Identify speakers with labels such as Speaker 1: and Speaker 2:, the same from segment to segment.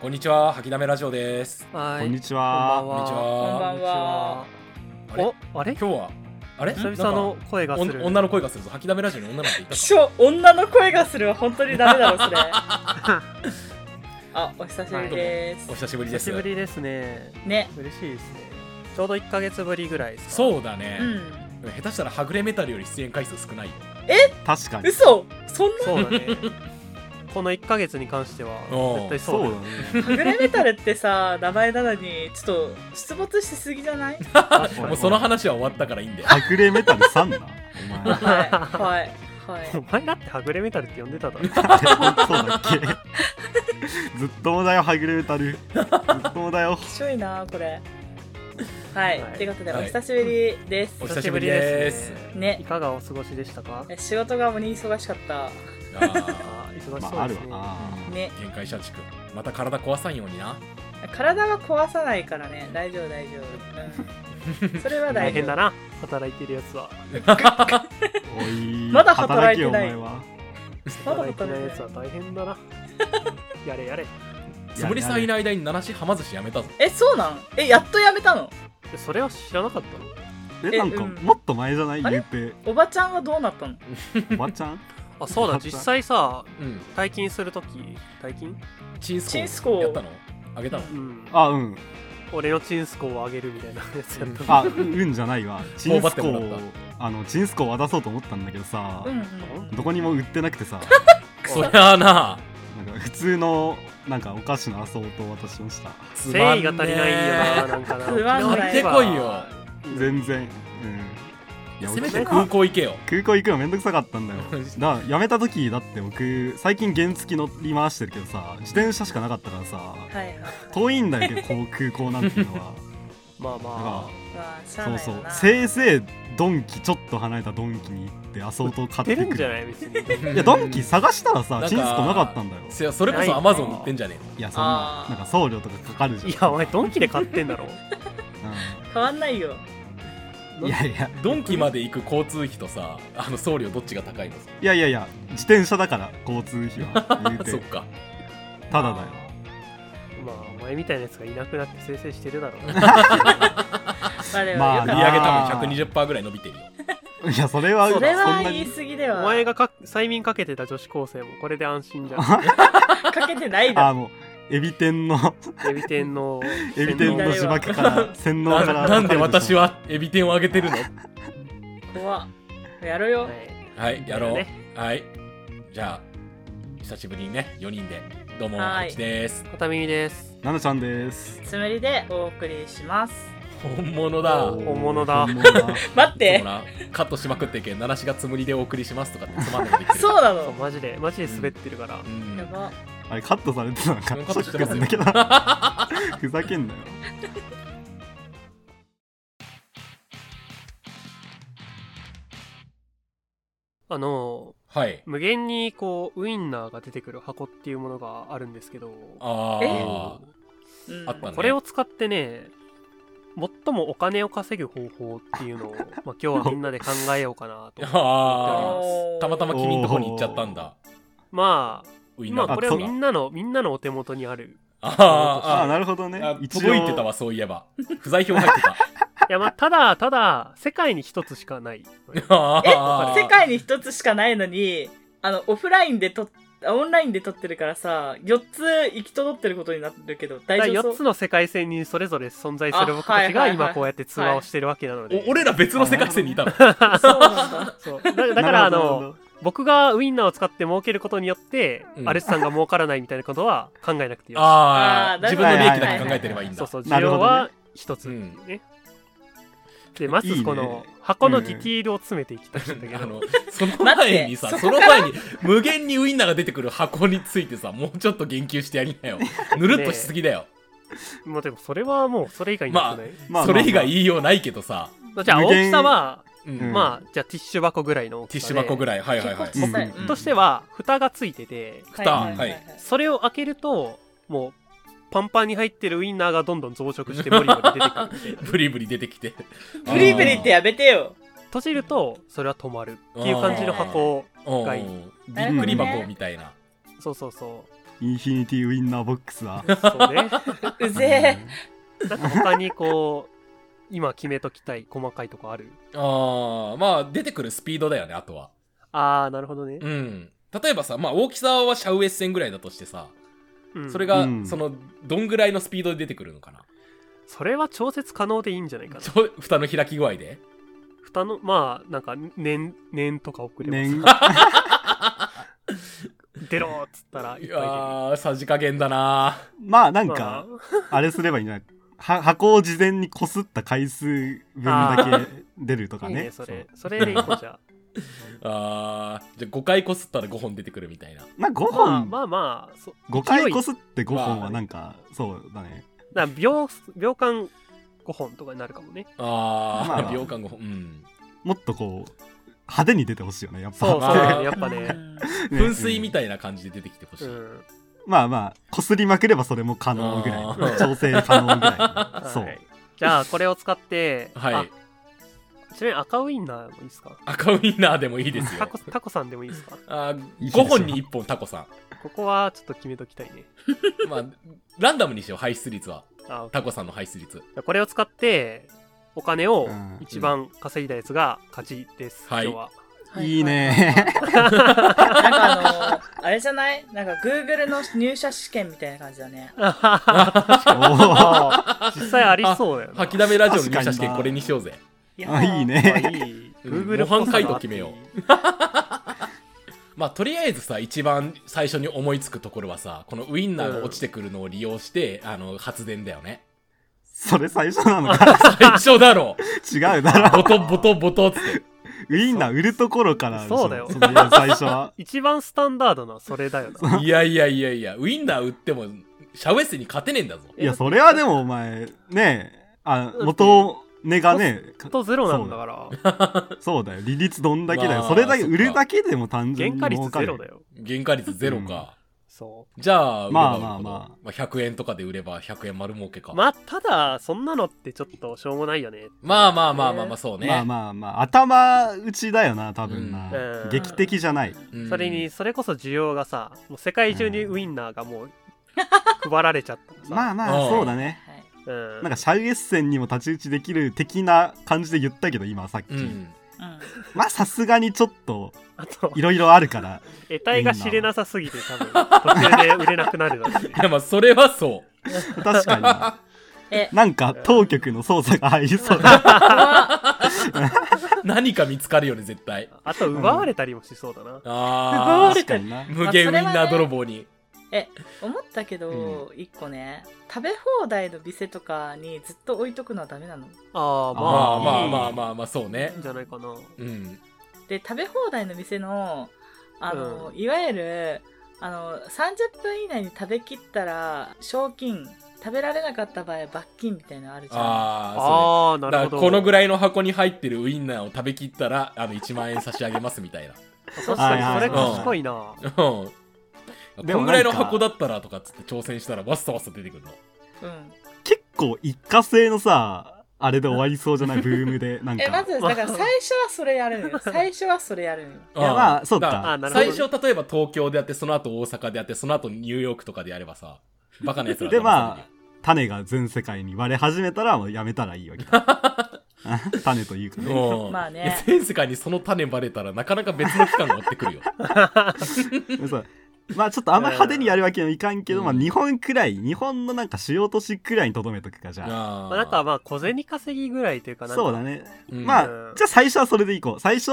Speaker 1: こんにちは、吐きだめラジオです。
Speaker 2: は
Speaker 3: こんにち
Speaker 1: こん
Speaker 3: は。
Speaker 1: にち
Speaker 2: こんば
Speaker 1: は。
Speaker 2: んは。
Speaker 1: こんにちは
Speaker 4: お、あれ
Speaker 1: 今日は、あれ、
Speaker 4: 久
Speaker 1: な
Speaker 4: 々の
Speaker 1: んか
Speaker 4: 声が
Speaker 1: お
Speaker 4: す
Speaker 1: ん
Speaker 4: る。
Speaker 1: 女の声がするぞ、吐きだめラジオに女なんていた
Speaker 2: く
Speaker 1: か。
Speaker 2: しょ女の声がするは本当にダメだろそれ あお久しぶりです、
Speaker 1: お久しぶりで
Speaker 4: 久
Speaker 1: す
Speaker 4: し。ぶりですね。
Speaker 2: ね
Speaker 4: 嬉しいですね。ちょうど1ヶ月ぶりぐらいですか。う。
Speaker 1: そうだね
Speaker 2: う、ん
Speaker 1: 下手したらはぐれメタルより出演回数少ないよ。
Speaker 3: 確かに。
Speaker 2: 嘘そん
Speaker 4: そう だね。この1ヶ月に関しては、
Speaker 1: おう
Speaker 4: 絶対
Speaker 3: そ
Speaker 4: そうだ
Speaker 3: うだ
Speaker 4: よ。
Speaker 3: ね。
Speaker 2: なはぐれメタルってさ 名前なのにちょっと出没しすぎじゃない
Speaker 4: 確か
Speaker 1: もう
Speaker 4: に
Speaker 1: その話は終わったからいいんだよ。
Speaker 3: はぐれメタルさんな。お前。
Speaker 2: はいはいはい
Speaker 4: お前だってはぐれメタルって呼んでただろ。
Speaker 3: そうだっけ。 ずっともだよはぐれメタル。ずっともだよ。
Speaker 2: きしょいなこれはい、
Speaker 4: はい
Speaker 2: ということで、
Speaker 1: はい
Speaker 2: お久しぶりです
Speaker 1: お久しぶりです
Speaker 4: お久しぶりで
Speaker 2: ね
Speaker 4: すいかがお過ごしでしたか
Speaker 2: え仕事が鬼忙しかった
Speaker 1: あ
Speaker 4: あー忙しそう
Speaker 3: まああ
Speaker 4: で
Speaker 3: る
Speaker 4: すね。
Speaker 3: わ
Speaker 2: ね
Speaker 1: ー限界社畜。また体壊さんようにな。
Speaker 2: 体は壊さないからね大丈夫大丈夫、 うん、それは大丈夫
Speaker 4: 大変だな、働いてるやつは。
Speaker 3: な。おい。
Speaker 2: まだ働いてない
Speaker 3: 働けよお前は。
Speaker 2: まだ
Speaker 4: 働いてない
Speaker 2: 働いてない
Speaker 4: やつは大変 だな。やれやれ。
Speaker 1: つぶりさんいない間に七しはま寿司やめたぞ。
Speaker 2: えそうなんえやっとやめたの
Speaker 4: それは知らなかったの
Speaker 3: えなんか
Speaker 2: うん
Speaker 3: もっと前じゃない
Speaker 2: あれ
Speaker 3: ゆうぺ
Speaker 2: おばちゃんはどうなったの
Speaker 3: いおばちゃん。
Speaker 4: あ、そうだ、実際さ、
Speaker 1: うん。
Speaker 4: 退勤するとき、退勤
Speaker 1: チンスコ。
Speaker 2: チンスコ
Speaker 1: やったの。あげたの。
Speaker 4: うん。
Speaker 3: あうん。
Speaker 4: 俺のチンスコをあげるみたいなやつやった
Speaker 3: あうんじゃないわ。チンス
Speaker 1: 頬張
Speaker 3: コ
Speaker 1: っても
Speaker 3: を
Speaker 1: らっ
Speaker 3: あのチンスコを渡そうと思ったんだけどさ
Speaker 2: う。んうん
Speaker 3: どこにも売ってなくてさ。
Speaker 1: そりゃあな。
Speaker 3: なんか普通のなんかお菓子のアソートを渡しました。
Speaker 1: つ
Speaker 4: 誠
Speaker 1: まん
Speaker 4: 意
Speaker 1: ね
Speaker 4: が
Speaker 1: ー
Speaker 4: 足りないよな、なんかな。
Speaker 2: つまんない
Speaker 4: や
Speaker 2: 買って
Speaker 1: こいよ
Speaker 3: 全然。うん。いや
Speaker 1: せめ
Speaker 3: 俺
Speaker 1: て空港行けよ。
Speaker 3: 空港行くのめんどくさかったんだよだから辞めた時だって僕最近原付乗り回してるけどさ自転車しかなかったからさ
Speaker 2: はいはいはい
Speaker 3: 遠いんだよ結構空港なんていうのは
Speaker 4: まあま
Speaker 2: まあし
Speaker 3: だ
Speaker 2: ゃ
Speaker 3: から
Speaker 2: あない
Speaker 3: そう
Speaker 2: よ
Speaker 3: そう
Speaker 2: な
Speaker 3: せいぜいドンキちょっと離れたドンキに行ってアソートを
Speaker 4: あ。
Speaker 3: 買っ
Speaker 4: 出
Speaker 3: て
Speaker 4: るん
Speaker 3: く
Speaker 4: じゃ
Speaker 3: る
Speaker 4: ない別に。
Speaker 3: いやドンキ探したらさ
Speaker 1: なんか
Speaker 3: チンスコなかったんだよ
Speaker 1: せそれこそアマゾン売ってんじゃねえの。
Speaker 3: いやそんな
Speaker 2: あー
Speaker 3: なんか送料とかかかるじゃん
Speaker 4: いや、お前、ドンキで買ってんだろ。
Speaker 2: 変わんないよ
Speaker 3: うんいやいや
Speaker 1: ドンキまで行く交通費とさ、あの送料どっちが高いの
Speaker 3: いやいやいや自転車だから交通費は言う
Speaker 1: そってか。
Speaker 3: ただだよ
Speaker 4: まあ、お前みたいなやつがいなくなって生成してる だろ。
Speaker 1: 売り上げ多
Speaker 3: まああ
Speaker 2: まあでもよかっ
Speaker 3: ー
Speaker 1: 分120%ぐらい伸びてるよ。
Speaker 3: いやそれは
Speaker 2: たそれ
Speaker 3: そ
Speaker 2: は
Speaker 3: んな
Speaker 2: 言い
Speaker 3: に
Speaker 2: 過ぎで
Speaker 4: お
Speaker 2: は
Speaker 4: 前がか催眠かけてた女子高生もこれで安心じゃん。
Speaker 2: かけてないだ
Speaker 3: あ
Speaker 2: ろ
Speaker 3: のエビ天の
Speaker 4: エビ天の。
Speaker 3: エビ天の自爆から洗脳
Speaker 1: な
Speaker 3: から
Speaker 1: なんで私
Speaker 3: は
Speaker 1: はエビ天をあげて るの
Speaker 2: 怖っや ろよ
Speaker 4: はい
Speaker 1: はい、やろ
Speaker 4: ね
Speaker 1: う。はい。じゃあ、久しぶりにね、4人で。どうも、
Speaker 2: はい
Speaker 1: こっちです。
Speaker 4: 片耳です。
Speaker 3: ナナちゃんです
Speaker 2: つむりでお送りします
Speaker 1: 本物だ。
Speaker 4: お
Speaker 1: い
Speaker 4: ー本物だ
Speaker 3: 本物だ
Speaker 2: 待っ
Speaker 1: つも
Speaker 2: て
Speaker 1: な、カットしまくってけん、七しがつむりでお送りしますとかってつまんないで言ってる。
Speaker 2: そうな
Speaker 4: そ
Speaker 2: の
Speaker 4: う、マジで、マジで滑ってるから
Speaker 1: う。
Speaker 2: や
Speaker 1: ん。
Speaker 2: ば
Speaker 3: あれカットされてたのか
Speaker 1: カットして
Speaker 3: ショ
Speaker 1: ま
Speaker 3: ッ
Speaker 1: す
Speaker 3: ク
Speaker 1: よ
Speaker 3: なんだけど ふざけんなよ
Speaker 4: あの、
Speaker 1: はい。
Speaker 4: 無限にこう、ウインナーが出てくる箱っていうものがあるんですけど。
Speaker 1: ああ
Speaker 2: え。うん
Speaker 1: あったね
Speaker 4: これを使ってね、最もお金を稼ぐ方法っていうの を、まあ、今日はみんなで考えようかなと。
Speaker 1: あ
Speaker 4: ー
Speaker 1: あ。たまたま君んとこに行っちゃったんだ。
Speaker 4: まあ、
Speaker 1: ウィンナ
Speaker 4: 今
Speaker 1: ー
Speaker 4: これ
Speaker 3: あ
Speaker 4: は
Speaker 3: そ
Speaker 4: み
Speaker 3: うだ
Speaker 4: んなの、みんなのお手元にあ る。
Speaker 1: あ
Speaker 3: あ
Speaker 1: あ
Speaker 3: あ
Speaker 1: あ
Speaker 3: なるほどね
Speaker 1: あ
Speaker 3: 一応
Speaker 1: 届いてたわそういえば不在票入ってた
Speaker 4: いや、まあ、ただ、ただ、世界に一つしかない。
Speaker 1: あー
Speaker 2: 世界に一つしかないのにあのオフラインでとっあオンラインで撮ってるからさ4つ行き届ってることになってるけど大丈夫
Speaker 4: 4
Speaker 2: そ
Speaker 4: つ
Speaker 2: う
Speaker 4: の世界線にそれぞれ存在する僕
Speaker 2: あは
Speaker 4: た
Speaker 2: い
Speaker 4: ち
Speaker 2: はい
Speaker 4: が
Speaker 2: はい
Speaker 4: 今こうやって通話をしてるわけなの
Speaker 1: お
Speaker 4: で。
Speaker 1: 俺ら別の世界線にいたの
Speaker 2: そうなんだ
Speaker 4: そうだだから、あ
Speaker 3: なるほどなる
Speaker 4: の、僕がウインナーを使って儲けることによって、
Speaker 1: うん
Speaker 4: アレスさんが儲からないみたいなことは考えなくていい。
Speaker 1: ああ
Speaker 2: あー
Speaker 1: 自分の利益だけ考えてればいいん
Speaker 4: そ
Speaker 1: だ
Speaker 4: うそう、
Speaker 3: な
Speaker 4: 需
Speaker 3: るほ
Speaker 4: 要
Speaker 3: どね
Speaker 4: は一つ。
Speaker 1: うん
Speaker 4: ね。で、ま
Speaker 3: いい
Speaker 4: ず
Speaker 3: ね
Speaker 4: この箱のディティールを詰めていきたいんだけ
Speaker 1: あ
Speaker 4: ど、
Speaker 1: のその前にさ
Speaker 2: 待って
Speaker 1: その前に無限にウインナーが出てくる箱についてさもうちょっと言及してやりなよぬるっとしすぎだよ、
Speaker 4: まあでもそれはもうそれ以外になくない、
Speaker 3: まあ
Speaker 1: それ以外言いようないけどさ、
Speaker 4: まあじゃあ
Speaker 3: 無
Speaker 4: 大
Speaker 3: 限
Speaker 4: きさは、
Speaker 1: うん
Speaker 3: うん
Speaker 4: まあじゃあティッシュ箱ぐらいの大
Speaker 1: ティ
Speaker 4: き
Speaker 1: ッ
Speaker 4: さ
Speaker 1: シ
Speaker 4: で。
Speaker 1: ュ箱ぐ
Speaker 4: らい。
Speaker 1: らいはいはいはい
Speaker 2: 結構小さい、
Speaker 3: うん
Speaker 1: うん
Speaker 4: としては、蓋がついてて、
Speaker 1: 蓋
Speaker 2: はいはいはい
Speaker 4: それを開けると、もう、パンパンに入ってるウインナーがどんどん増殖してボリボリ出てくるみたいな。
Speaker 1: ブリブリ出てきて
Speaker 2: ブリブリってやめてよ
Speaker 4: 閉じると、それは止まるっていう感じの箱を、
Speaker 1: うん
Speaker 4: がいい
Speaker 1: うんびっくり箱みたいな
Speaker 4: そうそうそう。
Speaker 3: インフィニティウインナーボックスだ。
Speaker 4: そうね。
Speaker 2: うぜ
Speaker 4: なんか他にこう、今決めときたい細かいとこある
Speaker 1: ああ、まあ、出てくるスピードだよね、あとは。
Speaker 4: あー、なるほどね
Speaker 1: う。ん。例えばさ、まあ、大きさはシャウエッセンぐらいだとしてさ、
Speaker 4: うん
Speaker 1: それが、
Speaker 3: うん
Speaker 1: その、どんぐらいのスピードで出てくるのかな。
Speaker 4: それは調節可能でいいんじゃないかな
Speaker 1: ち。ょ蓋の開き具合で。
Speaker 4: 蓋の、まあ、なんか、年、年とか遅れます。
Speaker 3: 年、
Speaker 4: 出ろーっつったら、い
Speaker 1: い
Speaker 4: っぱ
Speaker 1: やー、さじ加減だな
Speaker 3: まあないん
Speaker 4: 出る。
Speaker 3: か、
Speaker 4: ま
Speaker 3: あれすればいいんじゃないは箱を事前にこすった回数分だけ出ると
Speaker 4: あ
Speaker 3: か
Speaker 4: いい
Speaker 3: ね。
Speaker 4: ね、それ。それでいこう じゃ
Speaker 1: あー、じゃあ5回こすったら5本出てくるみたいな。
Speaker 3: そうまあ5
Speaker 4: あ。まあ
Speaker 3: 本、
Speaker 4: まあまあ、そ
Speaker 3: 5回
Speaker 4: 勢い
Speaker 3: こすって5本
Speaker 1: まあ
Speaker 3: はなんか、そうだね。
Speaker 4: な秒、秒間5本とかになるかも ね。
Speaker 1: あー、
Speaker 3: まあまあ
Speaker 1: 秒間5本。うん。
Speaker 3: もっとこう、派手に出てほしいよね、やっぱ。
Speaker 4: そうそう、
Speaker 1: まあ
Speaker 4: やっぱ
Speaker 2: ー
Speaker 4: ね。
Speaker 3: ね
Speaker 1: 噴水みたいな感じで出てきてほし
Speaker 4: う
Speaker 1: い。
Speaker 4: ん。
Speaker 3: まあまあ、こすりまくればそれも可能ぐら
Speaker 1: あ
Speaker 3: い。
Speaker 1: ー
Speaker 3: 調整可能ぐら い。
Speaker 4: はい
Speaker 3: そう。
Speaker 4: じゃあ、これを使って、
Speaker 1: はい。
Speaker 4: あちなみに赤ウインナーもいいですか
Speaker 1: 赤ウインナーでもいいです
Speaker 4: タ
Speaker 1: よ
Speaker 4: コ。タコさんでもいいですか
Speaker 1: あー
Speaker 3: いいですよ
Speaker 1: 5本に1本タコさ
Speaker 4: ここはちょっと決めときたいね。
Speaker 1: ん。まあ、ランダムにしよう、排出率は。
Speaker 4: あ
Speaker 1: タコさんの排出率。
Speaker 4: これを使って、お金を
Speaker 3: うん
Speaker 4: 一番稼いだやつが勝ちです、
Speaker 1: はい
Speaker 4: 今日は。
Speaker 3: いいね。
Speaker 2: なんかあのー、あれじゃないなんか Google の入社試験みたいな感じだね。
Speaker 3: おー
Speaker 4: あー実際ありそうだよな
Speaker 1: 吐きだめラジオの
Speaker 3: 確か
Speaker 1: 入
Speaker 3: に
Speaker 1: 社
Speaker 3: な
Speaker 1: 試験これにしようぜ。
Speaker 2: い
Speaker 3: あいいね。
Speaker 4: いい。
Speaker 1: うん
Speaker 4: Google
Speaker 1: 模範解答
Speaker 4: っぽさがあっ
Speaker 1: 決
Speaker 4: て
Speaker 1: めようまあとりあえずさ一番最初に思いつくところはさこのウインナーが落ちてくるのを利用して、あの発電だよね
Speaker 3: それ最初なのか
Speaker 1: 最初だろ
Speaker 3: 違うだろ。
Speaker 1: ボトボトボトっつって
Speaker 3: ウインナー売るところからでしょ
Speaker 4: そうだよ。
Speaker 3: の最初は
Speaker 4: 一番スタンダードなそれだよな。
Speaker 1: いやいやいやいやウインナー売ってもシャウエッセンに勝てねえんだぞ
Speaker 4: え
Speaker 3: いや、それはでもお前、ねえ、あ、元値がね、
Speaker 4: ずっとゼロなんだから、
Speaker 3: そうだよ。利率どんだけだよ。
Speaker 1: まあ
Speaker 3: それだけ、
Speaker 1: そっか
Speaker 3: 売るだけでも単
Speaker 4: 原
Speaker 3: 純に
Speaker 4: 価率
Speaker 3: 儲か
Speaker 4: ゼ
Speaker 3: る。
Speaker 4: ロだよ。
Speaker 1: 原価率ゼロか、
Speaker 4: そ
Speaker 1: じゃあ
Speaker 3: まあ
Speaker 1: 売れば売るほど
Speaker 3: まあまあ
Speaker 1: まあ、100円とかで売れば100円丸儲けか、
Speaker 4: う。まあ、ただ、そんなのってちょっとしょうもないよね。
Speaker 1: まあまあまあまあまあそうね、
Speaker 3: まあまあまあ、頭打ちだよな、多分な。
Speaker 4: うん
Speaker 3: 劇的じゃない。
Speaker 1: うん
Speaker 4: それに、それこそ需要がさ、もう世界中にウインナーがもう配られちゃったらさ。
Speaker 3: まあま
Speaker 1: う
Speaker 3: あ、
Speaker 1: ん
Speaker 3: そうだね。
Speaker 2: はい
Speaker 4: うん
Speaker 3: なんか、シャウエッセンにも太刀打ちできる的な感じで言ったけど、今、さっき。
Speaker 1: うん
Speaker 2: うん
Speaker 3: まあ、さすがにちょっと、
Speaker 4: あと
Speaker 3: い、ろいろあるから。
Speaker 4: 得体が知れなさすぎて多分、途中で売れなくなるだろうね
Speaker 1: い。やまあそれはそう
Speaker 3: 確かにな。
Speaker 2: え、
Speaker 3: なんか、当局の捜査が入りそ うだ。
Speaker 1: 何か見つかるよね絶対
Speaker 4: あと、奪われたりもしそうだな。
Speaker 1: ああ
Speaker 2: れ
Speaker 3: 確かにな。
Speaker 1: 無限ウインナー泥棒に、
Speaker 2: 思ったけど、一個ね、食べ放題の店とかにずっと置いとくのはダメなの
Speaker 4: ああ、ま
Speaker 1: まあ
Speaker 4: あ、
Speaker 1: まあ
Speaker 4: いい
Speaker 1: まあまあまあそうね
Speaker 4: じゃないかな。
Speaker 1: うん
Speaker 2: で食べ放題の店のあの、いわゆるあの30分以内に食べきったら賞金食べられなかった場合は罰金みたいなのあるじゃん
Speaker 1: ああ
Speaker 4: ああ、
Speaker 1: そ
Speaker 4: な
Speaker 1: うねだ
Speaker 4: る
Speaker 1: か
Speaker 4: ほ
Speaker 1: ら
Speaker 4: ど。
Speaker 1: このぐ
Speaker 4: らい。
Speaker 1: らいの箱に入ってるウインナーを食べきったらあの1万円差し上げますみたいな
Speaker 4: 確かに、それ
Speaker 1: はいはい
Speaker 4: 賢いな。
Speaker 1: うんこ
Speaker 3: でも
Speaker 1: んぐらいの箱だったらとかっつって挑戦したらわっさわっさ出てくるの
Speaker 2: うん
Speaker 3: 結構一過性のさあれで終わりそうじゃないブーム でなんか
Speaker 2: えまずだから最初はそれやるのよ最初はそれやるのよ
Speaker 3: いや
Speaker 1: うん
Speaker 3: まあそうか
Speaker 1: だら
Speaker 4: あなるほ
Speaker 1: 最
Speaker 4: ど
Speaker 1: 初例えば東京でやってその後大阪でやってその後ニューヨークとかでやればさバカなやつら
Speaker 3: で
Speaker 1: 騙される
Speaker 3: まあ種が全世界に割れ始めたらもうやめたらいいわけだ 種というかね
Speaker 1: うん
Speaker 2: まあね
Speaker 1: いや全世界にその種バレたらなかなか別の期間が追ってくるよ
Speaker 3: そうまあちょっとあんまり派手にやるわけにはいかんけど、
Speaker 1: うん
Speaker 3: まあ日本くらい日本のなんか主要都市くらいにとどめとくかじゃあ
Speaker 1: あ
Speaker 4: まあ、なんかまあ、小銭稼ぎぐらいというかなんか
Speaker 3: そうだね、
Speaker 1: うん
Speaker 3: まあ
Speaker 4: うん
Speaker 3: じゃあ最初はそれでいこう最初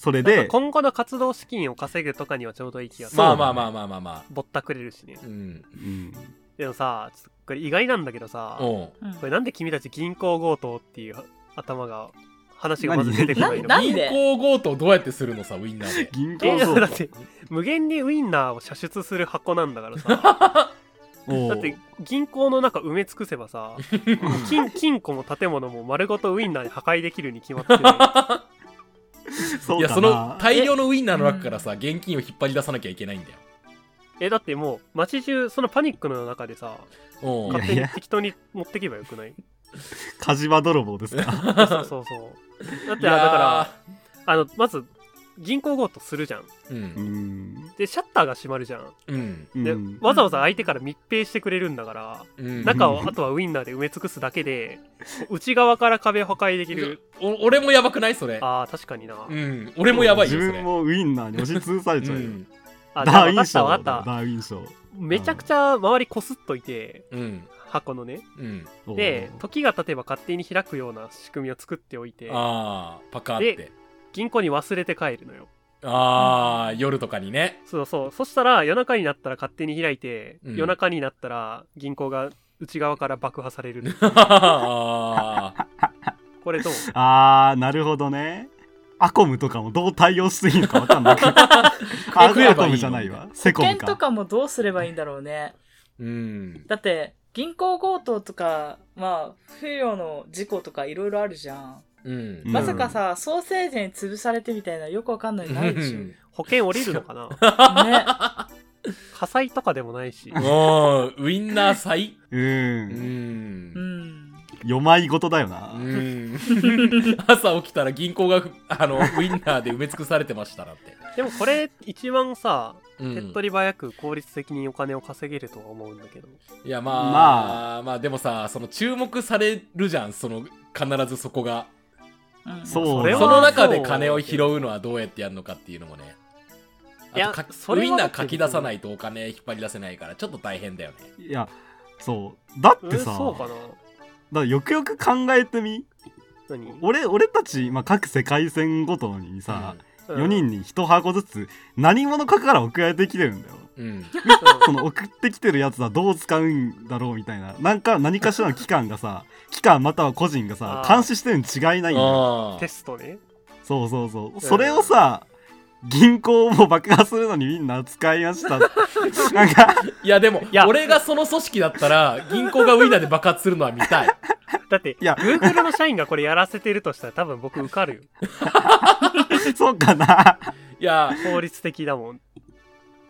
Speaker 3: それ
Speaker 4: なんか
Speaker 3: で
Speaker 4: 今後の活動資金を稼ぐとかにはちょうどいい気がする。
Speaker 1: まあまあまあまあまあまあ
Speaker 4: ぼったくれるしね。
Speaker 1: うん
Speaker 3: うん
Speaker 4: でもさ、ちょっとこれ意外なんだけどさ、
Speaker 1: おう
Speaker 2: うん
Speaker 4: これなんで君たち銀行強盗っていう頭が、話がまず出てこないの
Speaker 2: ななんで
Speaker 1: 銀行強盗どうやってするのさウインナーで
Speaker 3: 銀行
Speaker 4: え
Speaker 3: 強
Speaker 4: だっ
Speaker 3: 盗
Speaker 4: て無限にウインナーを射出する箱なんだからさ
Speaker 3: お
Speaker 4: だ
Speaker 3: う
Speaker 4: って銀行の中埋め尽くせば さ金金庫も建物も丸ごとウインナーに破壊できるに決まって る
Speaker 3: そ
Speaker 1: いうや
Speaker 3: か
Speaker 1: その
Speaker 3: な
Speaker 1: 大量のウインナーの中からさ現金を引っ張り出さなきゃいけないんだよ
Speaker 4: えだってもう街中そのパニックの中でさ
Speaker 1: おう
Speaker 3: いや
Speaker 4: 勝手に適当に持ってけばよくない
Speaker 3: 火事場泥棒ですか
Speaker 4: そうそうそうだってあ
Speaker 1: いやー
Speaker 4: だからあのまず銀行強盗するじゃん
Speaker 1: うん
Speaker 3: うん
Speaker 4: でシャッターが閉まるじゃん
Speaker 1: うん
Speaker 3: う
Speaker 4: で、
Speaker 3: ん
Speaker 4: わざわざ相手から密閉してくれるんだから
Speaker 1: うん
Speaker 4: 中をあとはウインナーで埋め尽くすだけ で内側から壁破壊できる
Speaker 1: お俺もやばくないそれ
Speaker 4: あー確かにな、
Speaker 1: うん俺もやばい
Speaker 3: 自
Speaker 1: よそれ
Speaker 3: 分もウインナーに押しつぶされちゃう
Speaker 1: う
Speaker 3: よ
Speaker 1: ん
Speaker 4: あじゃあ
Speaker 3: ダー
Speaker 4: 分
Speaker 3: ウ
Speaker 4: か
Speaker 3: ィン
Speaker 4: った
Speaker 3: 賞
Speaker 4: 分
Speaker 3: だ
Speaker 4: か
Speaker 3: よ
Speaker 4: った
Speaker 3: ダーウィン賞
Speaker 4: めちゃくちゃ周りこすっといて
Speaker 1: うん
Speaker 4: 箱のね
Speaker 1: うん
Speaker 3: おう
Speaker 4: で時が経てば勝手に開くような仕組みを作っておいて
Speaker 1: ああパカーって
Speaker 4: 銀行に忘れて帰るのよ
Speaker 1: ああ夜とかにね
Speaker 4: そうそうそしたら夜中になったら勝手に開いて、
Speaker 1: うん
Speaker 4: 夜中になったら銀行が内側から爆破 される
Speaker 1: ああ
Speaker 4: これどう
Speaker 3: あーなるほどねアコムとかもどう対応していいのかわかんなく
Speaker 1: これ食えばいいの
Speaker 3: アコムじゃないわセコ
Speaker 2: 保
Speaker 3: ム
Speaker 2: 険と
Speaker 3: か
Speaker 2: かもどうすればいいんだろうね。
Speaker 1: うん
Speaker 2: だって、銀行強盗とか、まあ、不慮の事故とかいろいろあるじゃん。
Speaker 1: うん
Speaker 3: うん
Speaker 2: まさかさ、ソーセージに潰されてみたいなよくわかんないのないで しょ。ね。
Speaker 4: 保険降りるのかな火災とかでもないし
Speaker 1: もうウインナー祭
Speaker 3: う
Speaker 1: うん
Speaker 2: うんん。
Speaker 3: よまいごとだよな、
Speaker 1: うん朝起きたら銀行があのウインナーで埋め尽くされてましたなんて、
Speaker 4: でもこれ一番さ
Speaker 1: うん
Speaker 4: 手っ取り早く効率的にお金を稼げるとは思うんだけど
Speaker 1: いやまあ、ま
Speaker 3: ま
Speaker 1: あ、でもさその注目されるじゃんその必ずそこが
Speaker 2: うん
Speaker 3: そう
Speaker 4: それ
Speaker 1: そ
Speaker 4: は
Speaker 1: の中で金を拾うのはどうやってやるのかっていうのもね
Speaker 4: いや
Speaker 1: あとか
Speaker 4: それ
Speaker 1: ウ
Speaker 4: は
Speaker 1: インナー書き出さないとお金引っ張り出せないからちょっと大変だよね
Speaker 3: いやそうだっ
Speaker 4: う
Speaker 3: て
Speaker 4: ん
Speaker 3: さ、
Speaker 4: そうかな
Speaker 3: だからよくよく考えてみ
Speaker 4: 何、
Speaker 3: 俺俺たち、まあ、各世界線ごとにさ、
Speaker 4: うん
Speaker 3: 4人に1箱ずつ何者かから送られてきてるんだよ
Speaker 1: うん
Speaker 3: その送ってきてるやつはどう使うんだろうみたいななんか何かしらの機関がさ機関または個人がさ
Speaker 4: あー
Speaker 3: 監視してるに違いないんだよ
Speaker 1: あ
Speaker 4: テストね
Speaker 3: そうそうそうそれをさ銀行も爆破するのにみんな使いました なんか
Speaker 1: いやでも
Speaker 4: いや
Speaker 1: 俺がその組織だったら銀行がウインナーで爆発するのは見たい
Speaker 4: だって
Speaker 3: いや
Speaker 4: Google の社員がこれやらせてるとしたら多分僕受か るよ
Speaker 3: そうかない
Speaker 1: や
Speaker 4: 効率的だ もんい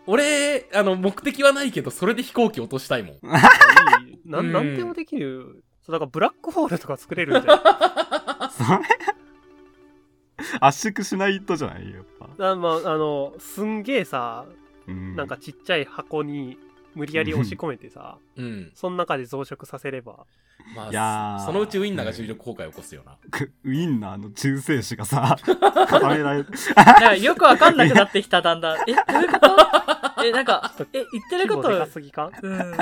Speaker 1: 俺あの目的はないけどそれで飛行機落としたいもん
Speaker 4: いな
Speaker 1: うん
Speaker 4: んなんでもできるそうだからブラックホールとか作れるんじゃな い
Speaker 3: それ圧縮しないとじゃないやっぱ、
Speaker 4: あまああのすんげえさ
Speaker 3: うん、
Speaker 4: なんかちっちゃい箱に無理やり押し込めてさ、
Speaker 1: うん
Speaker 4: その中で増殖させれば
Speaker 1: ま
Speaker 3: いや
Speaker 1: あ
Speaker 3: ー
Speaker 1: そのうちウインナーが重力崩壊を起こすよな
Speaker 3: くウインナーの中性子 がさ固められ
Speaker 2: なんかよくわかんなくなってきた、だんだん。え、どういうことえ、なんか、え、言ってる
Speaker 4: 規
Speaker 2: こ
Speaker 4: 模でか
Speaker 2: と、
Speaker 4: すぎか
Speaker 2: うん。
Speaker 1: うん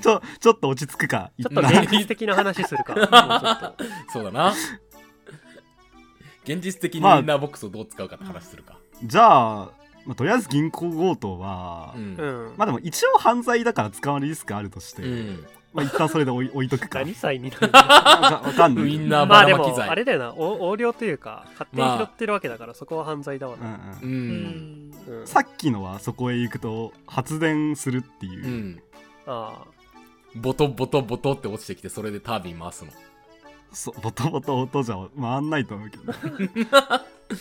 Speaker 3: ちょちょっと落ち着くか
Speaker 4: ちょっ
Speaker 1: う
Speaker 4: と
Speaker 1: ん
Speaker 4: 現実的な話する かもうちょっ
Speaker 1: そうだな現実的にウ
Speaker 3: まあ
Speaker 1: インナーボックスをどう使うかって話するか、
Speaker 3: じゃあ、まあとりあえず銀行強盗は、
Speaker 1: うん
Speaker 4: と、うん
Speaker 3: まあでも一応犯罪だから捕まるリスクあるとして、
Speaker 1: うん
Speaker 3: まあ一旦それで置い置いとくか。
Speaker 4: 何歳になるんだ
Speaker 3: なんかわかんない。
Speaker 1: ウインナー
Speaker 4: ま
Speaker 1: ば
Speaker 4: あで
Speaker 1: らまき
Speaker 4: も
Speaker 1: 罪
Speaker 4: あれだよなお横領というか勝手に拾ってるわけだから、そこは犯罪だわ
Speaker 3: う
Speaker 4: な、
Speaker 3: ん
Speaker 1: う
Speaker 3: うん
Speaker 2: うんん。
Speaker 4: うん
Speaker 3: さっきのはそこへ行くと発電するっていうう、
Speaker 1: ん
Speaker 4: ああ
Speaker 1: ボトボトボトって落ちてきてそれでタービン回すの
Speaker 3: そボトボト音じゃ回んないと思うけど
Speaker 4: で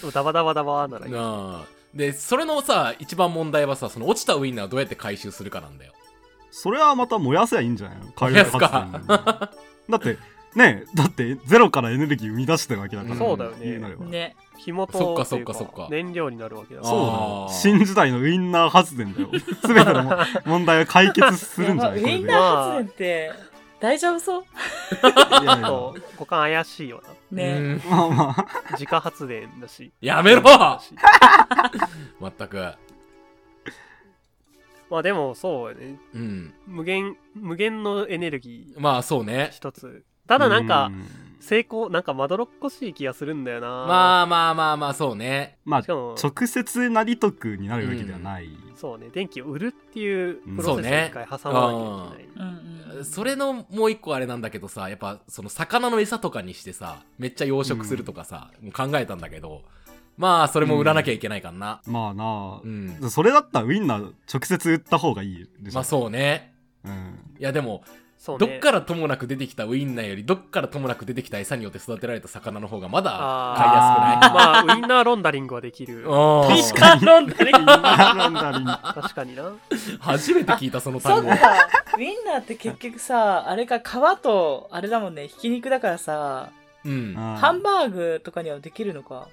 Speaker 4: もダバダバダバならいい
Speaker 1: なあでそれのさ一番問題はさその落ちたウインナーをどうやって回収するかなんだよ
Speaker 3: それはまた燃やせばいいんじゃないの火
Speaker 1: 燃や
Speaker 3: 力
Speaker 1: す
Speaker 3: 発
Speaker 1: か
Speaker 3: 電だってねだってゼロからエネルギー生み出してるわけだから、
Speaker 1: うん
Speaker 4: そうだよね
Speaker 3: 言なれば
Speaker 2: ね。
Speaker 4: 紐と
Speaker 1: そっか
Speaker 4: という
Speaker 1: そっかそっか
Speaker 4: 燃料になるわけだ
Speaker 1: あ
Speaker 4: か
Speaker 1: ー
Speaker 3: そうだよ新時代のウインナー発電だよ全てのも問題を解決するんじゃないこれ
Speaker 2: やばウ
Speaker 3: で
Speaker 2: インナー発電って、大丈夫そう
Speaker 3: いやい
Speaker 4: ら
Speaker 3: や
Speaker 4: そう股間怪しいよ
Speaker 1: う
Speaker 2: ね。
Speaker 1: ん
Speaker 3: まあまあ
Speaker 4: な自家発電だし
Speaker 1: やめろ
Speaker 4: だし
Speaker 1: まったく
Speaker 4: まあでもそうよね
Speaker 1: うん
Speaker 4: 無限無限のエネルギー
Speaker 1: まあそうね
Speaker 4: 一つただなん
Speaker 3: う
Speaker 4: か成功なんかまどろっこしい気がするんだよな
Speaker 1: まあまあまあまあそうね
Speaker 3: まあ
Speaker 4: しかも
Speaker 3: 直接なり得になるわけではない、
Speaker 4: そうね電気を売るっていうプ
Speaker 1: そ
Speaker 4: ロ
Speaker 1: う
Speaker 4: セスを
Speaker 1: ね
Speaker 4: 一回挟まなきゃいけ
Speaker 2: う
Speaker 4: ない、
Speaker 2: んうん。
Speaker 1: それのもう一個あれなんだけどさやっぱその魚の餌とかにしてさめっちゃ養殖するとかさ、もう考えたんだけどまあそれも売らなきゃいけないからな
Speaker 3: まあなあ
Speaker 1: う、ん、
Speaker 3: それだったらウインナー直接売った方がいいでしょ
Speaker 1: まあそうね
Speaker 3: うん、
Speaker 1: いやでも、
Speaker 4: そう
Speaker 1: ど
Speaker 4: ね
Speaker 1: っからともなく出てきたウインナーよりどっからともなく出てきた餌によって育てられた魚の方がまだ
Speaker 4: あーまあウインナーロンダリングはできる
Speaker 1: 買いやすくない
Speaker 3: かに
Speaker 2: 飲ん
Speaker 3: ウイ
Speaker 2: だね。
Speaker 3: ンナーなんだ
Speaker 4: 確かにな
Speaker 1: うん初めて聞いたその
Speaker 2: そ
Speaker 1: 単
Speaker 2: っ
Speaker 1: 語
Speaker 2: か。ウインナーって結局さ、あれか皮と、あれだもんね、ひき肉だからさ、
Speaker 1: うん
Speaker 3: り
Speaker 2: ハンバーグとかにはできるのか。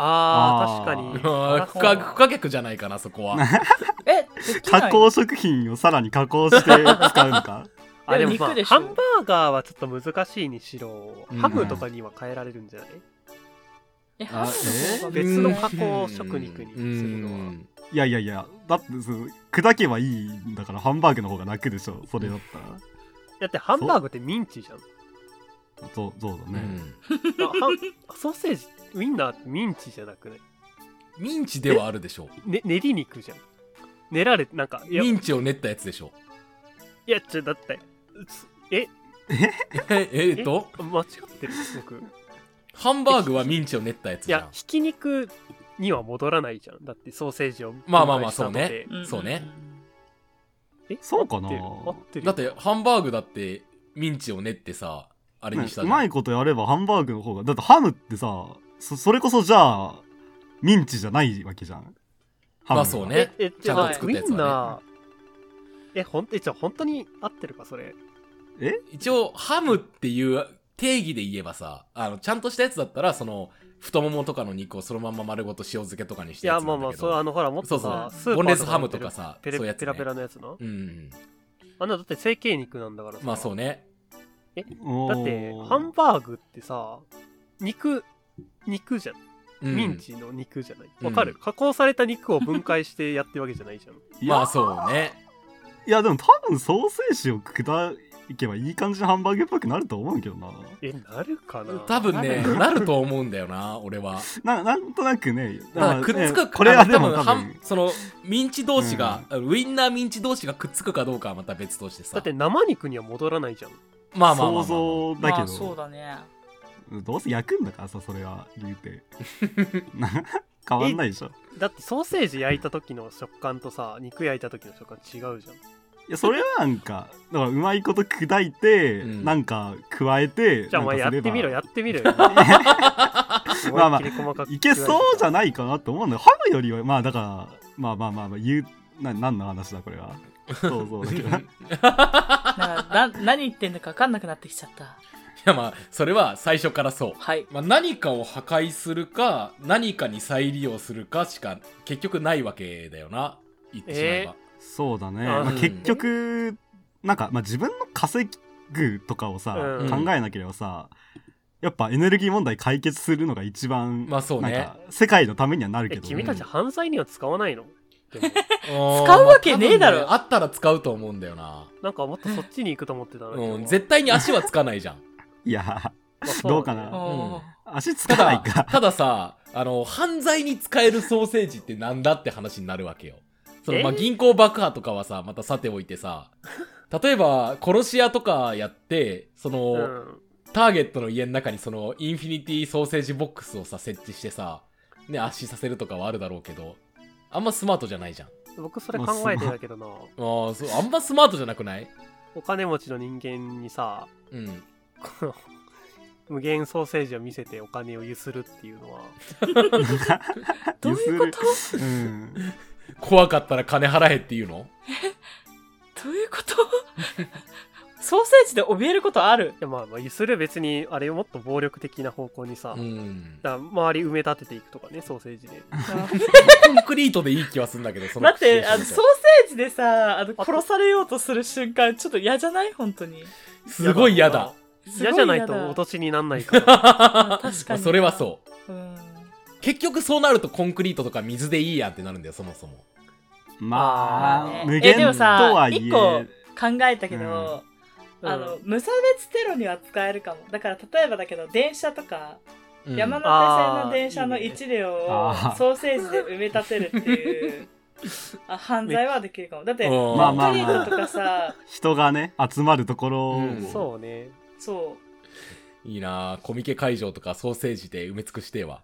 Speaker 4: あー
Speaker 3: あー
Speaker 4: 確か
Speaker 1: うん
Speaker 4: に
Speaker 1: 不可不可逆じゃないかなそこは
Speaker 2: えできない
Speaker 3: 加工食品をさらに加工して使うのか
Speaker 4: あでも
Speaker 2: 肉
Speaker 4: さ
Speaker 2: でしょ
Speaker 4: ハンバーガーはちょっと難しいにしろ、
Speaker 1: うん
Speaker 4: ハムとかには変えられるんじゃない
Speaker 2: えハムの方が
Speaker 4: え別の加
Speaker 2: ね
Speaker 4: 工食肉にするのは
Speaker 1: うん
Speaker 3: いやいやいやだってその砕けばいいんだからハンバーグの方が楽でしょそれだったら
Speaker 4: だってハンバーグってミン チじゃん
Speaker 3: そうそうだ
Speaker 1: う
Speaker 3: ね、
Speaker 1: ん
Speaker 4: あハンソーセージウインナーってミンチじゃなくない、
Speaker 1: ミンチではあるでしょ
Speaker 4: ね、練り肉じゃん練られてなんかいうや
Speaker 1: ミ
Speaker 4: い
Speaker 1: ンチを練ったやつでしょ
Speaker 4: やちょだってすえ
Speaker 1: ええーっと
Speaker 4: 間違ってるすご く
Speaker 1: ハンバーグはミンチを練ったやつ
Speaker 4: い
Speaker 1: じゃ
Speaker 4: や
Speaker 1: ん
Speaker 4: ひき肉には戻らないじゃんだってソーセージを
Speaker 1: まあまあまあ
Speaker 4: 分解したので
Speaker 2: ん
Speaker 1: そうね
Speaker 4: え
Speaker 3: そうかな
Speaker 4: 合ってる合ってる
Speaker 1: だってハンバーグだってミンチを練ってさあれ
Speaker 3: ね
Speaker 1: にした
Speaker 3: う
Speaker 1: じゃん
Speaker 3: まいことやればハンバーグの方がだってハムってさそそれこそじゃあミンチじゃないわけじゃんハムが
Speaker 1: まあそうね
Speaker 4: ええ
Speaker 1: ちゃんと作ったやつはね
Speaker 4: ウインナーえほんえじゃあ本当に合ってるかそれ
Speaker 1: 一応ハムっていう定義で言えばさあのちゃんとしたやつだったらその太ももとかの肉をそのまま丸ごと塩漬けとかにし
Speaker 4: い
Speaker 1: て
Speaker 4: やまあまあそうあ
Speaker 1: う
Speaker 4: のほらもっとさ
Speaker 1: そう
Speaker 4: ス
Speaker 1: そ
Speaker 4: ーパー
Speaker 1: うボンレスハムとかさ
Speaker 4: ペレ
Speaker 1: そういうやつね
Speaker 4: ペラペラのやつな
Speaker 1: うん
Speaker 4: あんなだって成形肉なんだからさ
Speaker 1: まあそうね
Speaker 3: おー
Speaker 4: だってハンバーグってさ肉肉じゃん
Speaker 1: うん
Speaker 4: ミンチの肉じゃない
Speaker 1: うん
Speaker 4: わかる、加工された肉を分解してやってるわけじゃ ないじゃん
Speaker 3: いや
Speaker 1: まあそうね
Speaker 3: いやでも多分ソーセージを砕けばいい感じのハンバーグっぽくなると思うけどな
Speaker 4: えなるかな
Speaker 1: 多分ね
Speaker 4: なる
Speaker 1: なると思うんだよな俺は
Speaker 3: ななんとなくね
Speaker 1: まあ
Speaker 3: まあ
Speaker 1: くっつ
Speaker 3: ね
Speaker 1: く
Speaker 3: これはでも
Speaker 1: あの
Speaker 3: 多
Speaker 1: ハン
Speaker 3: 分
Speaker 1: そのミンチ同士が、ウインナーミンチ同士がくっつくかどうかはまた別としてさ
Speaker 4: だって生肉には戻らないじゃん
Speaker 1: まあまあまあまあまあ
Speaker 3: 想像だ
Speaker 2: ま
Speaker 3: け
Speaker 2: あそう
Speaker 3: ど
Speaker 2: だね
Speaker 3: どうせ焼くんだからさそれは言 うてな変わんないでしょ
Speaker 4: だってソーセージ焼いた時の食感とさ肉焼いた時の食感違うじゃん
Speaker 3: いやそれはなんかだからうまいこと砕いて、
Speaker 1: うん
Speaker 3: なんか加えて
Speaker 4: じゃあお前や
Speaker 3: な
Speaker 4: っ
Speaker 3: んかすれば
Speaker 4: てみろやってみろよ
Speaker 3: まあまあ
Speaker 4: 思いっきり細かく
Speaker 3: いけそうじゃ
Speaker 4: ん
Speaker 3: ないかなって思うのよハムよりはまあだからまあまあまあまあ言うな何の話だこれはそうそうだけ ど
Speaker 2: なんかな何言ってんのか分かんなくなってきちゃった
Speaker 1: いやまあそれは最初からそう、
Speaker 2: はい
Speaker 1: まあ、何かを破壊するか何かに再利用するかしか結局ないわけだよな言ってしまえば、
Speaker 3: そうだね、
Speaker 4: あ
Speaker 3: まあ
Speaker 1: うん
Speaker 3: 結局なんか、まあ、自分の稼ぐとかをさ、
Speaker 4: うん
Speaker 3: 考えなければさやっぱエネルギー問題解決するのが一番、
Speaker 1: まあそうね
Speaker 3: なんか世界のためにはなるけ
Speaker 4: え
Speaker 3: ど
Speaker 4: 君たち犯罪には使わないのでも
Speaker 1: うん
Speaker 2: 使うわけねえだろ
Speaker 1: まあ多分ねあったら使うと思うんだよな、
Speaker 4: なんかもっとそっちに行くと思ってたな
Speaker 1: うん、
Speaker 4: 絶
Speaker 1: 絶対に足はつかないじゃん
Speaker 3: いや
Speaker 4: 対
Speaker 3: どうかな
Speaker 2: おー
Speaker 3: 足つ
Speaker 1: た
Speaker 3: かない
Speaker 1: だ
Speaker 3: か
Speaker 1: たださあの犯罪に使えるソーセージってなんだって話になるわけよその、まあ、
Speaker 4: え
Speaker 1: 銀行爆破とかはさまたさておいてさ例えば殺し屋とかやってその、
Speaker 4: うん
Speaker 1: ターゲットの家の中にそのインフィニティソーセージボックスをさ設置してさね圧死させるとかはあるだろうけどあんまスマートじゃないじゃんあ
Speaker 4: 僕それ考えてたけどな
Speaker 1: ーそうあんまスマートじゃなくない
Speaker 4: お金持ちの人間にさ
Speaker 1: うん
Speaker 4: この無限ソーセージを見せてお金をゆするっていうのは
Speaker 2: どういうこと
Speaker 3: と、うん、
Speaker 1: 怖かったら金払えっていうの
Speaker 2: どういうこと ソーセージで怯えることある
Speaker 4: い やまあまあゆする別にあれをもっと暴力的な方向にさ、
Speaker 1: う
Speaker 4: だか
Speaker 1: ん
Speaker 4: ら周り埋め立てていくとかねソーセージで
Speaker 1: コンクリートでいい気はするんだけどその
Speaker 2: だってあのソーセージでさあの
Speaker 4: あ
Speaker 2: 殺されようとする瞬間ちょっと嫌じゃない本当に
Speaker 1: すごい嫌だ
Speaker 2: すご
Speaker 4: 嫌じゃないと脅しになんないから
Speaker 2: あ確かに
Speaker 1: それはそう
Speaker 2: う、うん、
Speaker 1: 結局そうなるとコンクリートとか水でいいやんってなるんだよそもそも
Speaker 3: ま
Speaker 2: あー
Speaker 3: あ
Speaker 2: ね
Speaker 3: 無限
Speaker 2: えでも
Speaker 3: と
Speaker 2: さ
Speaker 3: はい
Speaker 2: 一
Speaker 3: え
Speaker 2: 個考えたけど、
Speaker 4: うん
Speaker 2: あの無差別テロには使えるかもだから例えばだけど電車とか、
Speaker 1: うん
Speaker 2: 山手線の電車の
Speaker 4: あーいいね
Speaker 2: 一両を
Speaker 3: あー
Speaker 2: ソーセージで埋め立てるっていうあ犯罪はできるかもだって
Speaker 1: う
Speaker 2: コン
Speaker 1: ん
Speaker 3: まあまあ
Speaker 2: クリートとかさ
Speaker 3: 人がね集まるところを、
Speaker 1: うん
Speaker 4: そうね
Speaker 2: そ
Speaker 1: いいなあコミケ会場とかソーセージで埋め尽くしてえわ、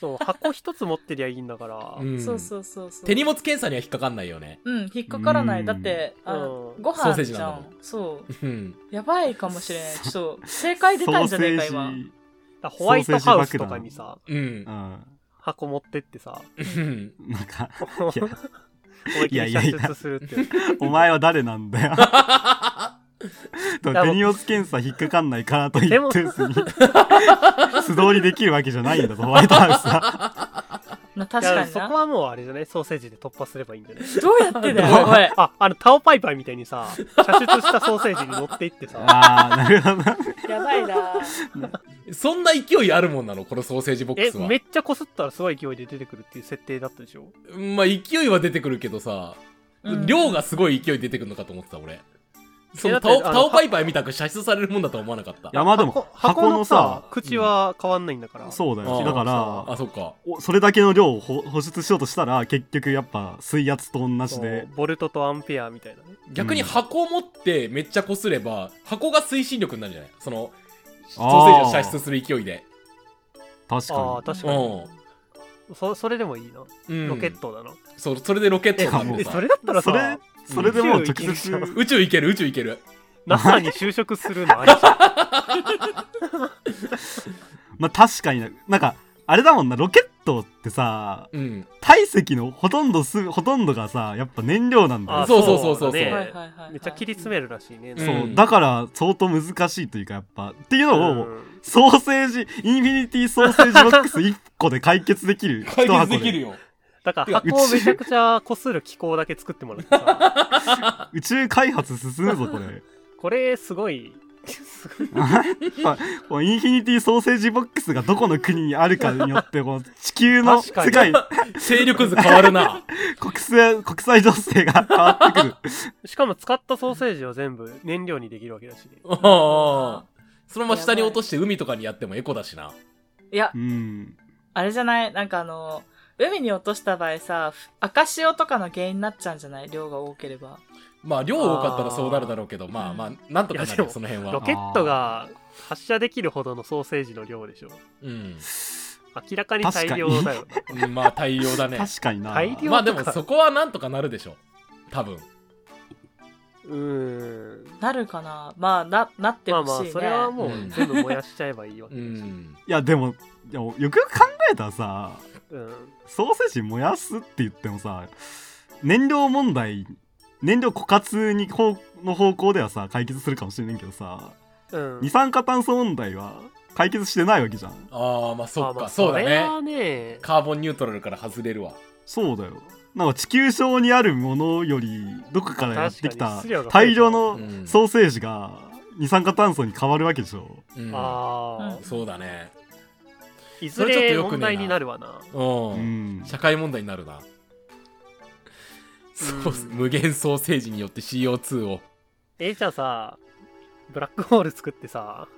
Speaker 4: そう箱一つ持ってりゃいいんだから、
Speaker 1: うん
Speaker 2: うそうそうそうそう
Speaker 1: 手荷物検査には引っかかんないよね
Speaker 2: うん引っかからな
Speaker 3: う
Speaker 2: い
Speaker 3: ん
Speaker 2: だってあの
Speaker 4: うん
Speaker 2: ご
Speaker 1: ソーセ
Speaker 2: 飯
Speaker 1: ージ
Speaker 2: じ
Speaker 1: な
Speaker 2: ゃ
Speaker 1: んだも
Speaker 2: んそう
Speaker 1: うん
Speaker 2: やばいかもしれないちょっと正解出たんじゃねえか
Speaker 3: ソ
Speaker 2: 今
Speaker 3: ーセー
Speaker 4: だ
Speaker 3: ジ
Speaker 4: からホワイトハウスとかにさ
Speaker 1: うん
Speaker 3: うん
Speaker 4: 箱持ってってさ
Speaker 1: うん
Speaker 3: なんか
Speaker 4: 思
Speaker 3: いや
Speaker 4: いっき
Speaker 3: いや
Speaker 4: り
Speaker 3: いや
Speaker 4: 射
Speaker 3: いや
Speaker 4: 出するって
Speaker 3: お前は誰なんだ よ手荷物検査引っかかんないからと言って別に素通りできるわけじゃないんだぞホワイトハウスは
Speaker 2: まあ、確か
Speaker 4: いや
Speaker 2: に
Speaker 4: そ
Speaker 2: な
Speaker 4: こはもうあれじゃないソーセージで突破すればいいんじゃない
Speaker 2: どうやってだよおい
Speaker 4: あ、あの、タオパイパイみたいにさ、射出したソーセージに乗っていってさ、
Speaker 3: ああ、なるほどな。
Speaker 2: やばいな
Speaker 1: そんな勢いあるもんなのこのソーセージボック
Speaker 4: え
Speaker 1: ス、は
Speaker 4: めっちゃこすったらすごい勢いで出てくるっていう設定だったでしょ
Speaker 1: まあ勢いは出てくるけどさ、
Speaker 2: うん
Speaker 1: 量がすごい勢い出てくるのかと思ってた俺その
Speaker 4: だって
Speaker 1: タオ
Speaker 4: あの
Speaker 1: タオパイパイみたく射出されるもんだとは思わなかった
Speaker 3: いや、まあでも、箱のさ、
Speaker 4: 口は変わんないんだから。
Speaker 3: そうだ
Speaker 1: あ
Speaker 3: よ。
Speaker 1: ー
Speaker 3: だか
Speaker 1: あ
Speaker 3: ら、
Speaker 1: そっか
Speaker 3: おそれだけの量をほ保出しようとしたら、結局やっぱ水圧と同じで。
Speaker 4: ボルトとアンペアみたいなね。
Speaker 1: 逆に
Speaker 3: うん
Speaker 1: 箱を持ってめっちゃこすれば箱が推進力になるんじゃないそのソ
Speaker 3: あー
Speaker 1: ーセージを射出する勢いで
Speaker 3: 確
Speaker 4: ああー、
Speaker 3: か
Speaker 4: 確かに。
Speaker 1: う
Speaker 4: そそれでもいいな。
Speaker 1: ん、うん、
Speaker 4: ロケットだな。
Speaker 1: そうそれでロケット
Speaker 3: え
Speaker 1: になる
Speaker 4: え、
Speaker 1: さ
Speaker 4: それだったら
Speaker 3: に。そ
Speaker 4: さ
Speaker 3: れ、、それでもう
Speaker 4: 宇宙行
Speaker 3: 直
Speaker 4: けるじゃん
Speaker 3: 接。
Speaker 1: 宇宙行ける宇宙行ける
Speaker 4: NASA に就職するのありじゃん
Speaker 3: まあ確かにな。なんか、あれだもんな、ロケットってさ、
Speaker 1: うん
Speaker 3: 体積のほとんどす、ほとんどがさ、やっぱ燃料なんだ
Speaker 4: あ
Speaker 3: よ。
Speaker 1: そうそうそうそうそう
Speaker 4: だね
Speaker 2: はいはいはいはい
Speaker 4: めっちゃ切り詰めるらしいね。
Speaker 1: うん
Speaker 3: そう、だから相当難しいというか、やっぱ。っていう
Speaker 4: う
Speaker 3: のを、
Speaker 4: ん
Speaker 3: ソーセージ、インフィニティソーセージボックス1個で解決できる。
Speaker 1: 解
Speaker 3: 一
Speaker 1: 決
Speaker 3: 箱
Speaker 1: できるよ
Speaker 4: だから箱をめちゃくちゃこする機構だけ作ってもらっ てさ、
Speaker 3: 宇宙開発進むぞ、これ。
Speaker 4: これすごい、 すごい
Speaker 3: このインフィニティソーセージボックスがどこの国にあるかによって、この地球の
Speaker 4: 確か
Speaker 3: 世
Speaker 4: に
Speaker 3: 界、
Speaker 1: 勢力図変わるな
Speaker 3: 国際、国際情勢が変わってく る。
Speaker 4: しかも使ったソーセージを全部燃料にできるわけだし、ね、
Speaker 1: うんそのまま下に落として海とかにやってもエコだしない
Speaker 2: や
Speaker 3: うん。
Speaker 2: あれじゃないなんかあの海に落とした場合さふ赤潮とかの原因になっちゃうんじゃない量が多ければ
Speaker 1: まあ量多かったらそうなるだろうけどまあまあなんとか
Speaker 4: い
Speaker 1: なる
Speaker 4: やで
Speaker 1: よ
Speaker 4: も
Speaker 1: その辺
Speaker 4: ロ
Speaker 1: は、
Speaker 4: ケットが発射できるほどのソーセージの量でしょ
Speaker 1: うん、
Speaker 4: 明らかに大量だよな
Speaker 1: うんまあ大量だね
Speaker 3: 確かにな。
Speaker 4: 大量
Speaker 1: まあでもそこはなんとかなるでしょ多分
Speaker 4: うーん
Speaker 2: なるかなまあななって
Speaker 4: まあ
Speaker 2: ほ
Speaker 4: まあ
Speaker 2: しいね、
Speaker 4: それはもう
Speaker 1: うん
Speaker 4: 全部燃やしちゃえばいいわけ
Speaker 1: う
Speaker 4: だし、うん
Speaker 1: ん
Speaker 3: いや、でも、いやよくよく考えたらさ、ソーセージ燃やすって言ってもさ、燃料問題、燃料枯渇に方の方向ではさ、解決するかもしれないけどさ、
Speaker 4: うん
Speaker 3: 二酸化炭素問題は解決してないわけじゃん。
Speaker 1: ああまあそ
Speaker 4: ま
Speaker 1: っ
Speaker 4: あま
Speaker 1: か
Speaker 4: あ
Speaker 1: そうだ
Speaker 4: それ
Speaker 1: ね
Speaker 4: はね
Speaker 1: カーボンニュートラルから外れるわ
Speaker 3: そうだよ。なんか地球上にあるものよりどこからやって
Speaker 4: 確
Speaker 3: き
Speaker 4: かに
Speaker 3: た
Speaker 4: 質量が増えちゃう
Speaker 3: 大量の
Speaker 1: うん
Speaker 3: ソーセージが二酸化炭素に変わるわけでしょ。
Speaker 1: うん
Speaker 4: ああ、
Speaker 2: うん
Speaker 1: そうだね
Speaker 4: いず
Speaker 1: それち
Speaker 4: れ
Speaker 1: ょっと良くねえな
Speaker 4: 問題になるわな
Speaker 1: う
Speaker 3: うんん。
Speaker 1: 社会問題になるなそう無限ソーセージによって CO2 を
Speaker 4: えじゃあさブラックホール作ってさ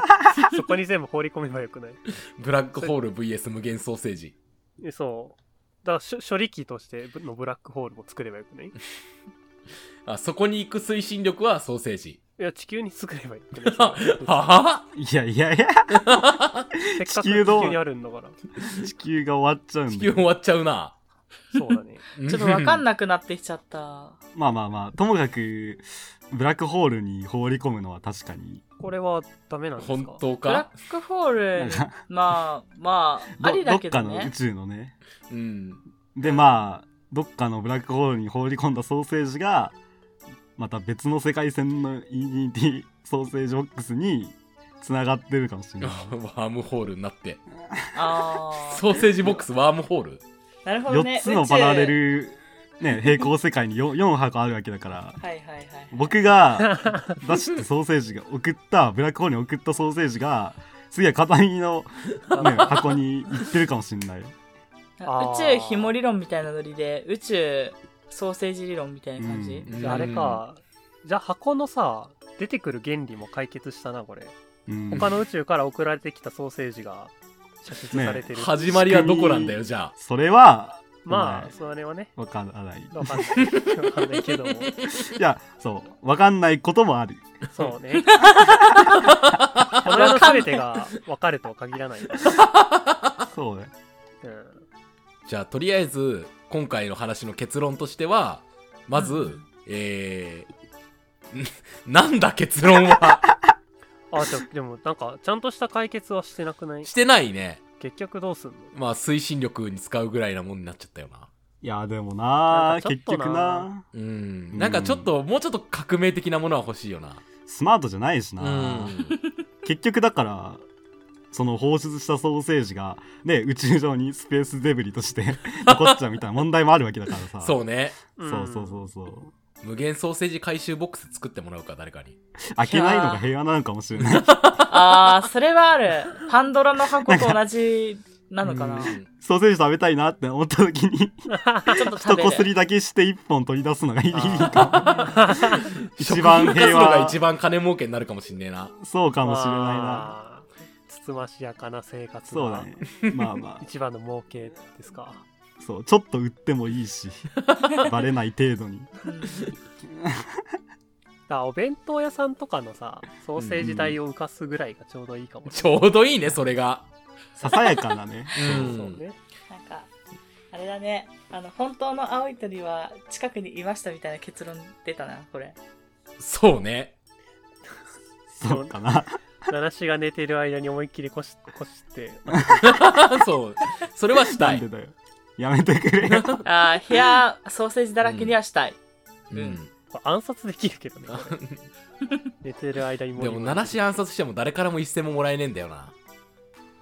Speaker 4: そこに全部放り込めばよくない
Speaker 1: ブラックホール VS 無限ソーセージ
Speaker 4: えそうだからしょ処理器としてのブラックホールも作ればよくない
Speaker 1: あそこに行く推進力はソーセージ
Speaker 4: いや、地球に作ればいいっ てね
Speaker 1: ははい
Speaker 3: やいやいや、
Speaker 4: せっかく
Speaker 3: 地
Speaker 4: 地
Speaker 3: 球どう
Speaker 4: 球にあるんだから。
Speaker 3: 地球が終わっちゃうん
Speaker 1: 地
Speaker 3: だ
Speaker 1: 球
Speaker 3: よ
Speaker 1: 終わっちゃうな
Speaker 4: そうだね。
Speaker 2: ちょっとわかん
Speaker 1: ない
Speaker 2: なくなってきちゃった
Speaker 3: まあまあまあ、ともかく、ブラックホールに放り込むのは確かに。
Speaker 4: これはダメなんですか
Speaker 1: 本当
Speaker 2: ブラ
Speaker 1: か
Speaker 2: ックホー
Speaker 3: なん
Speaker 2: ル
Speaker 3: か
Speaker 2: まあまあありだ
Speaker 3: ど
Speaker 2: け
Speaker 3: っ
Speaker 2: ど
Speaker 3: かの宇
Speaker 2: ね
Speaker 3: 宙のね。
Speaker 1: うん
Speaker 3: で、まあ、どっかのブラックホールに放り込んだソーセージが、また別の世界線の EDT ソーセージボックスに繋がってるかもしれ ない。
Speaker 1: ワームホールになって
Speaker 2: ああ
Speaker 1: ソーセージボックスワームホール
Speaker 2: なるほどね
Speaker 3: 4つのパラレル、ね、平行世界に 4, 4箱あるわけだから
Speaker 2: 宇宙はいはいはいはい
Speaker 3: 僕が出してソーセージが送ったブラックホールに送ったソーセージが次は片耳の、 ね、箱に行ってるかもしれない
Speaker 4: あ
Speaker 2: 宇
Speaker 4: ー
Speaker 2: 宙ひも理論みたいなノリで宇宙ソーセージ理論みたいな感じ、
Speaker 3: う
Speaker 4: じゃああれか。じゃあ箱のさ、出てくる原理も解決したな、これ。
Speaker 3: うん
Speaker 4: 他の宇宙から送られてきたソーセージが射出されてる。
Speaker 1: 始まりはどこなんだよじゃあ
Speaker 3: それは
Speaker 4: ま
Speaker 3: ね
Speaker 4: あ、それはね、
Speaker 3: わから ない
Speaker 4: わかんない。わかんないけ ども。
Speaker 3: いやそうわかんないこともある
Speaker 4: そうね。この世の全てが分かるとは限らない。
Speaker 3: そうね
Speaker 4: うん
Speaker 1: じゃあとりあえず今回の話の結論としてはまず、
Speaker 2: うん
Speaker 1: えー んなんだ結論は
Speaker 4: あ、じゃあでもなんか、ちゃんとした解決はしてなくない
Speaker 1: してないね
Speaker 4: 結局どうすんの
Speaker 1: まあ推進力に使うぐらいなもんになっちゃったよない
Speaker 3: やでもな
Speaker 4: なんかちょっ
Speaker 3: 結
Speaker 4: とな。
Speaker 3: 局な
Speaker 1: うんなんかちょっと、もうちょっと革命的なものは欲しいよな
Speaker 3: スマートじゃないし
Speaker 1: う
Speaker 3: な、
Speaker 1: ん
Speaker 3: 結局だからその放出したソーセージが、ね、宇宙上にスペースデブリとして 残っちゃうみたいな問題もあるわけだからさ。
Speaker 1: そうね
Speaker 3: そうそうそううそう。
Speaker 1: 無限ソーセージ回収ボックス作ってもらうか誰かに
Speaker 3: 開けないのが平和なのかもしれない。
Speaker 2: ああ、それはある。パンドラの箱と同じなのかな。
Speaker 1: う
Speaker 2: ち
Speaker 1: ん
Speaker 3: ソーセージ食べたいなって思った時に、
Speaker 2: ょっと
Speaker 3: 一
Speaker 2: 食べ
Speaker 3: こ
Speaker 2: る。
Speaker 3: すりだけして一本取り出すのがいいか。
Speaker 2: あ
Speaker 3: 一番
Speaker 1: 食品
Speaker 3: 平
Speaker 1: 化すのが
Speaker 3: 和
Speaker 1: 一。番金儲けになるかもしんねえな
Speaker 3: そう
Speaker 4: か
Speaker 3: かもしれないな。
Speaker 4: つつましやかな生活
Speaker 3: そう
Speaker 4: が
Speaker 3: だね。まあま
Speaker 4: 一番の儲けですか。
Speaker 3: あ、そう、ちょっと売ってもいいし、バレない程度に。
Speaker 4: だからお弁当屋さんとかのさ、ソーセージ代を浮かすぐらいがちょうどいいかもし
Speaker 1: ちょうどいいねそれが
Speaker 3: ささやかなね。
Speaker 4: れ
Speaker 1: う
Speaker 4: ない。
Speaker 1: ん
Speaker 4: そうね。
Speaker 2: なんか、あれだね。あの、本当の青い鳥は近くにいましたみたいな結論出たな、これ。
Speaker 1: そうね
Speaker 3: そうかな。
Speaker 4: ナナシが寝てる間に思いっきりこし、こして、
Speaker 1: そうそれはした
Speaker 3: ないんでだよ。やめてくれよ。
Speaker 2: ああ、部屋、ソーセージだらけにはしたい。
Speaker 1: うん、
Speaker 4: 暗殺できるけどね。これ 寝てる間に
Speaker 1: でも
Speaker 4: 今
Speaker 1: 七死暗殺しても誰からも一銭ももらえねえんだよな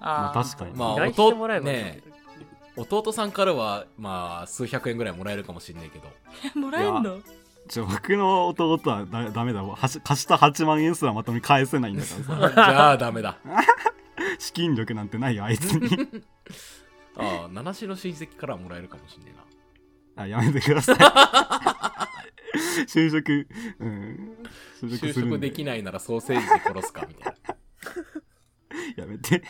Speaker 2: あ
Speaker 3: ま
Speaker 2: ー
Speaker 3: あ確かに。
Speaker 1: まあ
Speaker 4: 依頼してもらえばいいんだけど
Speaker 1: 弟さんからはまあ数百円ぐらいもらえるかもしんねえ けど
Speaker 2: もらえんの
Speaker 3: ちょ、僕の弟はだダメだわ。はし貸した8万円すらまとめ返せないんだか らさ。
Speaker 1: じゃあダメだ
Speaker 3: 資金力なんてないよ、あいつに。
Speaker 1: ああ七死の親戚からはもらえるかもしんねえな
Speaker 3: あ、やめてください。 就職、うん。就
Speaker 1: 就
Speaker 3: 職する
Speaker 1: 職
Speaker 3: んで
Speaker 1: できないならソーセージで殺すかみたいな
Speaker 3: やめて。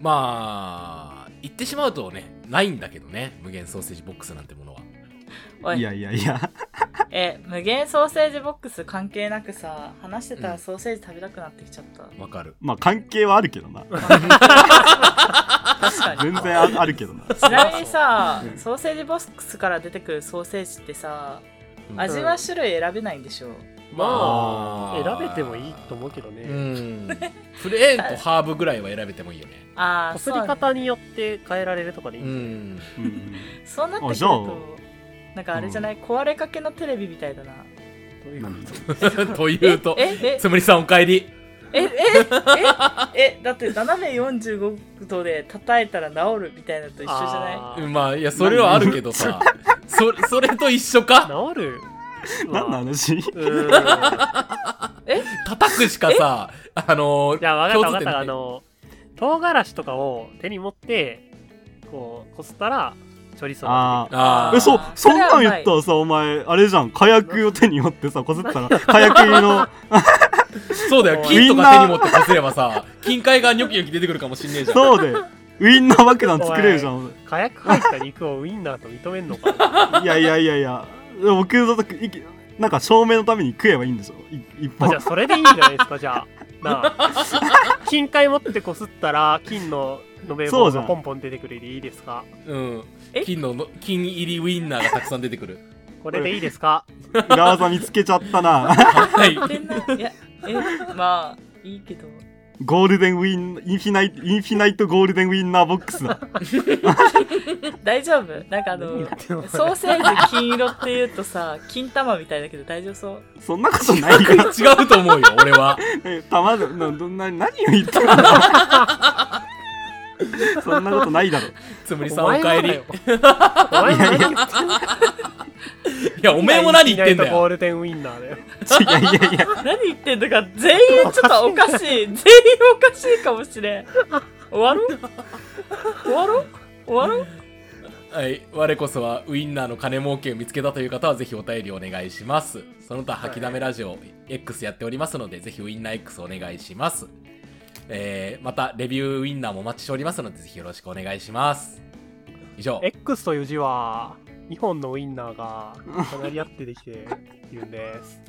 Speaker 1: まあ言ってしまうとねないんだけどね無限ソーセージボックスなんてものは
Speaker 2: お
Speaker 3: い
Speaker 2: い
Speaker 3: やいやいや。
Speaker 2: え無限ソーセージボックス関係なくさ話してたらソーセージ食べたくなってきち ゃった、
Speaker 1: わかる
Speaker 3: まあ関係はあるけどな。
Speaker 2: 確かに
Speaker 3: 全然ああるけどな。
Speaker 2: ちなみにさ
Speaker 3: うん
Speaker 2: ソーセージボックスから出てくるソーセージってさ
Speaker 1: うん
Speaker 2: 味は種類選べないんでしょ
Speaker 4: まあ、
Speaker 1: あー
Speaker 4: 選べてもいいと思うけど
Speaker 1: う
Speaker 4: ね。
Speaker 1: んプレーンとハーブぐらいは選べてもいいよね
Speaker 2: ああ
Speaker 4: こす
Speaker 2: そ
Speaker 4: り
Speaker 2: う,、
Speaker 4: 方によって変えられるとかで
Speaker 1: う
Speaker 4: いいんだよね。
Speaker 1: ん
Speaker 3: うん
Speaker 2: そうなってく
Speaker 3: あ
Speaker 2: る
Speaker 3: じゃあ
Speaker 2: となんかあれじゃない、壊れかけのテレビみたいだな
Speaker 4: どういうこと
Speaker 1: というと
Speaker 2: ええ
Speaker 1: つむりさんお帰り
Speaker 2: えええええだって斜め45度で叩いたら治るみたいなのと一緒じゃない
Speaker 4: あー
Speaker 1: まあいやそれはあるけどさそそれと一緒か
Speaker 4: 治る
Speaker 3: 何の話
Speaker 4: うーん
Speaker 1: 叩くしかさあのー
Speaker 4: じゃあ分かっ
Speaker 1: 共通点
Speaker 4: た分か
Speaker 1: な
Speaker 4: った
Speaker 1: い
Speaker 4: あの唐辛子とかを手に持ってこうこすったらちょりそばが
Speaker 3: ああ。
Speaker 1: あー
Speaker 3: え、そ、
Speaker 2: そ
Speaker 3: そ
Speaker 2: れ
Speaker 3: ん
Speaker 2: は
Speaker 3: なん
Speaker 2: う
Speaker 3: 言
Speaker 2: まい
Speaker 3: ったらさ、お前、あれじゃん、火薬を手に持ってさ、こすったら、火薬の、
Speaker 1: そうだよ
Speaker 4: もう
Speaker 1: 金と
Speaker 3: みん
Speaker 1: か
Speaker 3: な
Speaker 1: 手に持ってこすればさ金塊がニョキニョキ出てくるかもしんねえじゃん
Speaker 3: そうで、ウインナー爆弾作れるじゃん。
Speaker 4: 火薬入った肉をウインナーと認めんの かな
Speaker 3: いやいやいやいや、僕だと、いきなんか照明のために食えばいいんでしょい一
Speaker 4: あじゃ
Speaker 3: 本
Speaker 4: あ。それでいいんじゃないですかじゃあなあ金塊持ってこすったら金の延べ
Speaker 3: そう
Speaker 4: 棒
Speaker 3: じゃ
Speaker 4: が
Speaker 3: ん
Speaker 4: ポンポン出てくるでいいですか
Speaker 1: うん
Speaker 2: え
Speaker 1: 金のの金入りウインナーがたくさん出てくる
Speaker 4: これでいいですか
Speaker 3: 裏技見つけちゃったな。
Speaker 1: はい
Speaker 2: 言ってんないやえまあいいけど
Speaker 3: ゴールデンウィン、インフィナイト、インフィナイトゴールデンウィンナーボックスだ。
Speaker 2: 大丈夫なんかあ
Speaker 4: 何
Speaker 2: の
Speaker 4: やってんの
Speaker 2: ソーセージ金色って言うとさ金玉みたいだけど大丈夫そう
Speaker 3: そんなことないよ。
Speaker 1: 違うと思うよ俺は
Speaker 3: え、たまな、どんな、何を言ってるの そんなことないだろ。
Speaker 1: つむりさんお帰りい
Speaker 4: お前何言ってんの
Speaker 1: やおめえも何言ってんだ
Speaker 4: いきなりとゴ
Speaker 1: よ
Speaker 4: ールデンウインナーだよ
Speaker 3: いやいやいや、
Speaker 2: 何言ってんのか全員ちょっとおかしい全員おかしいかもしれん終わろう終わろう終わろう
Speaker 1: はい我こそはウインナーの金儲けを見つけたという方はぜひお便りお願いしますその他吐きだめラジオ X やっておりますのでぜひウインナー X お願いしますえー、またレビューウインナーもお待ちしておりますのでぜひよろしくお願いします以上
Speaker 4: X という字は2本のウインナーが重なり合ってできているんです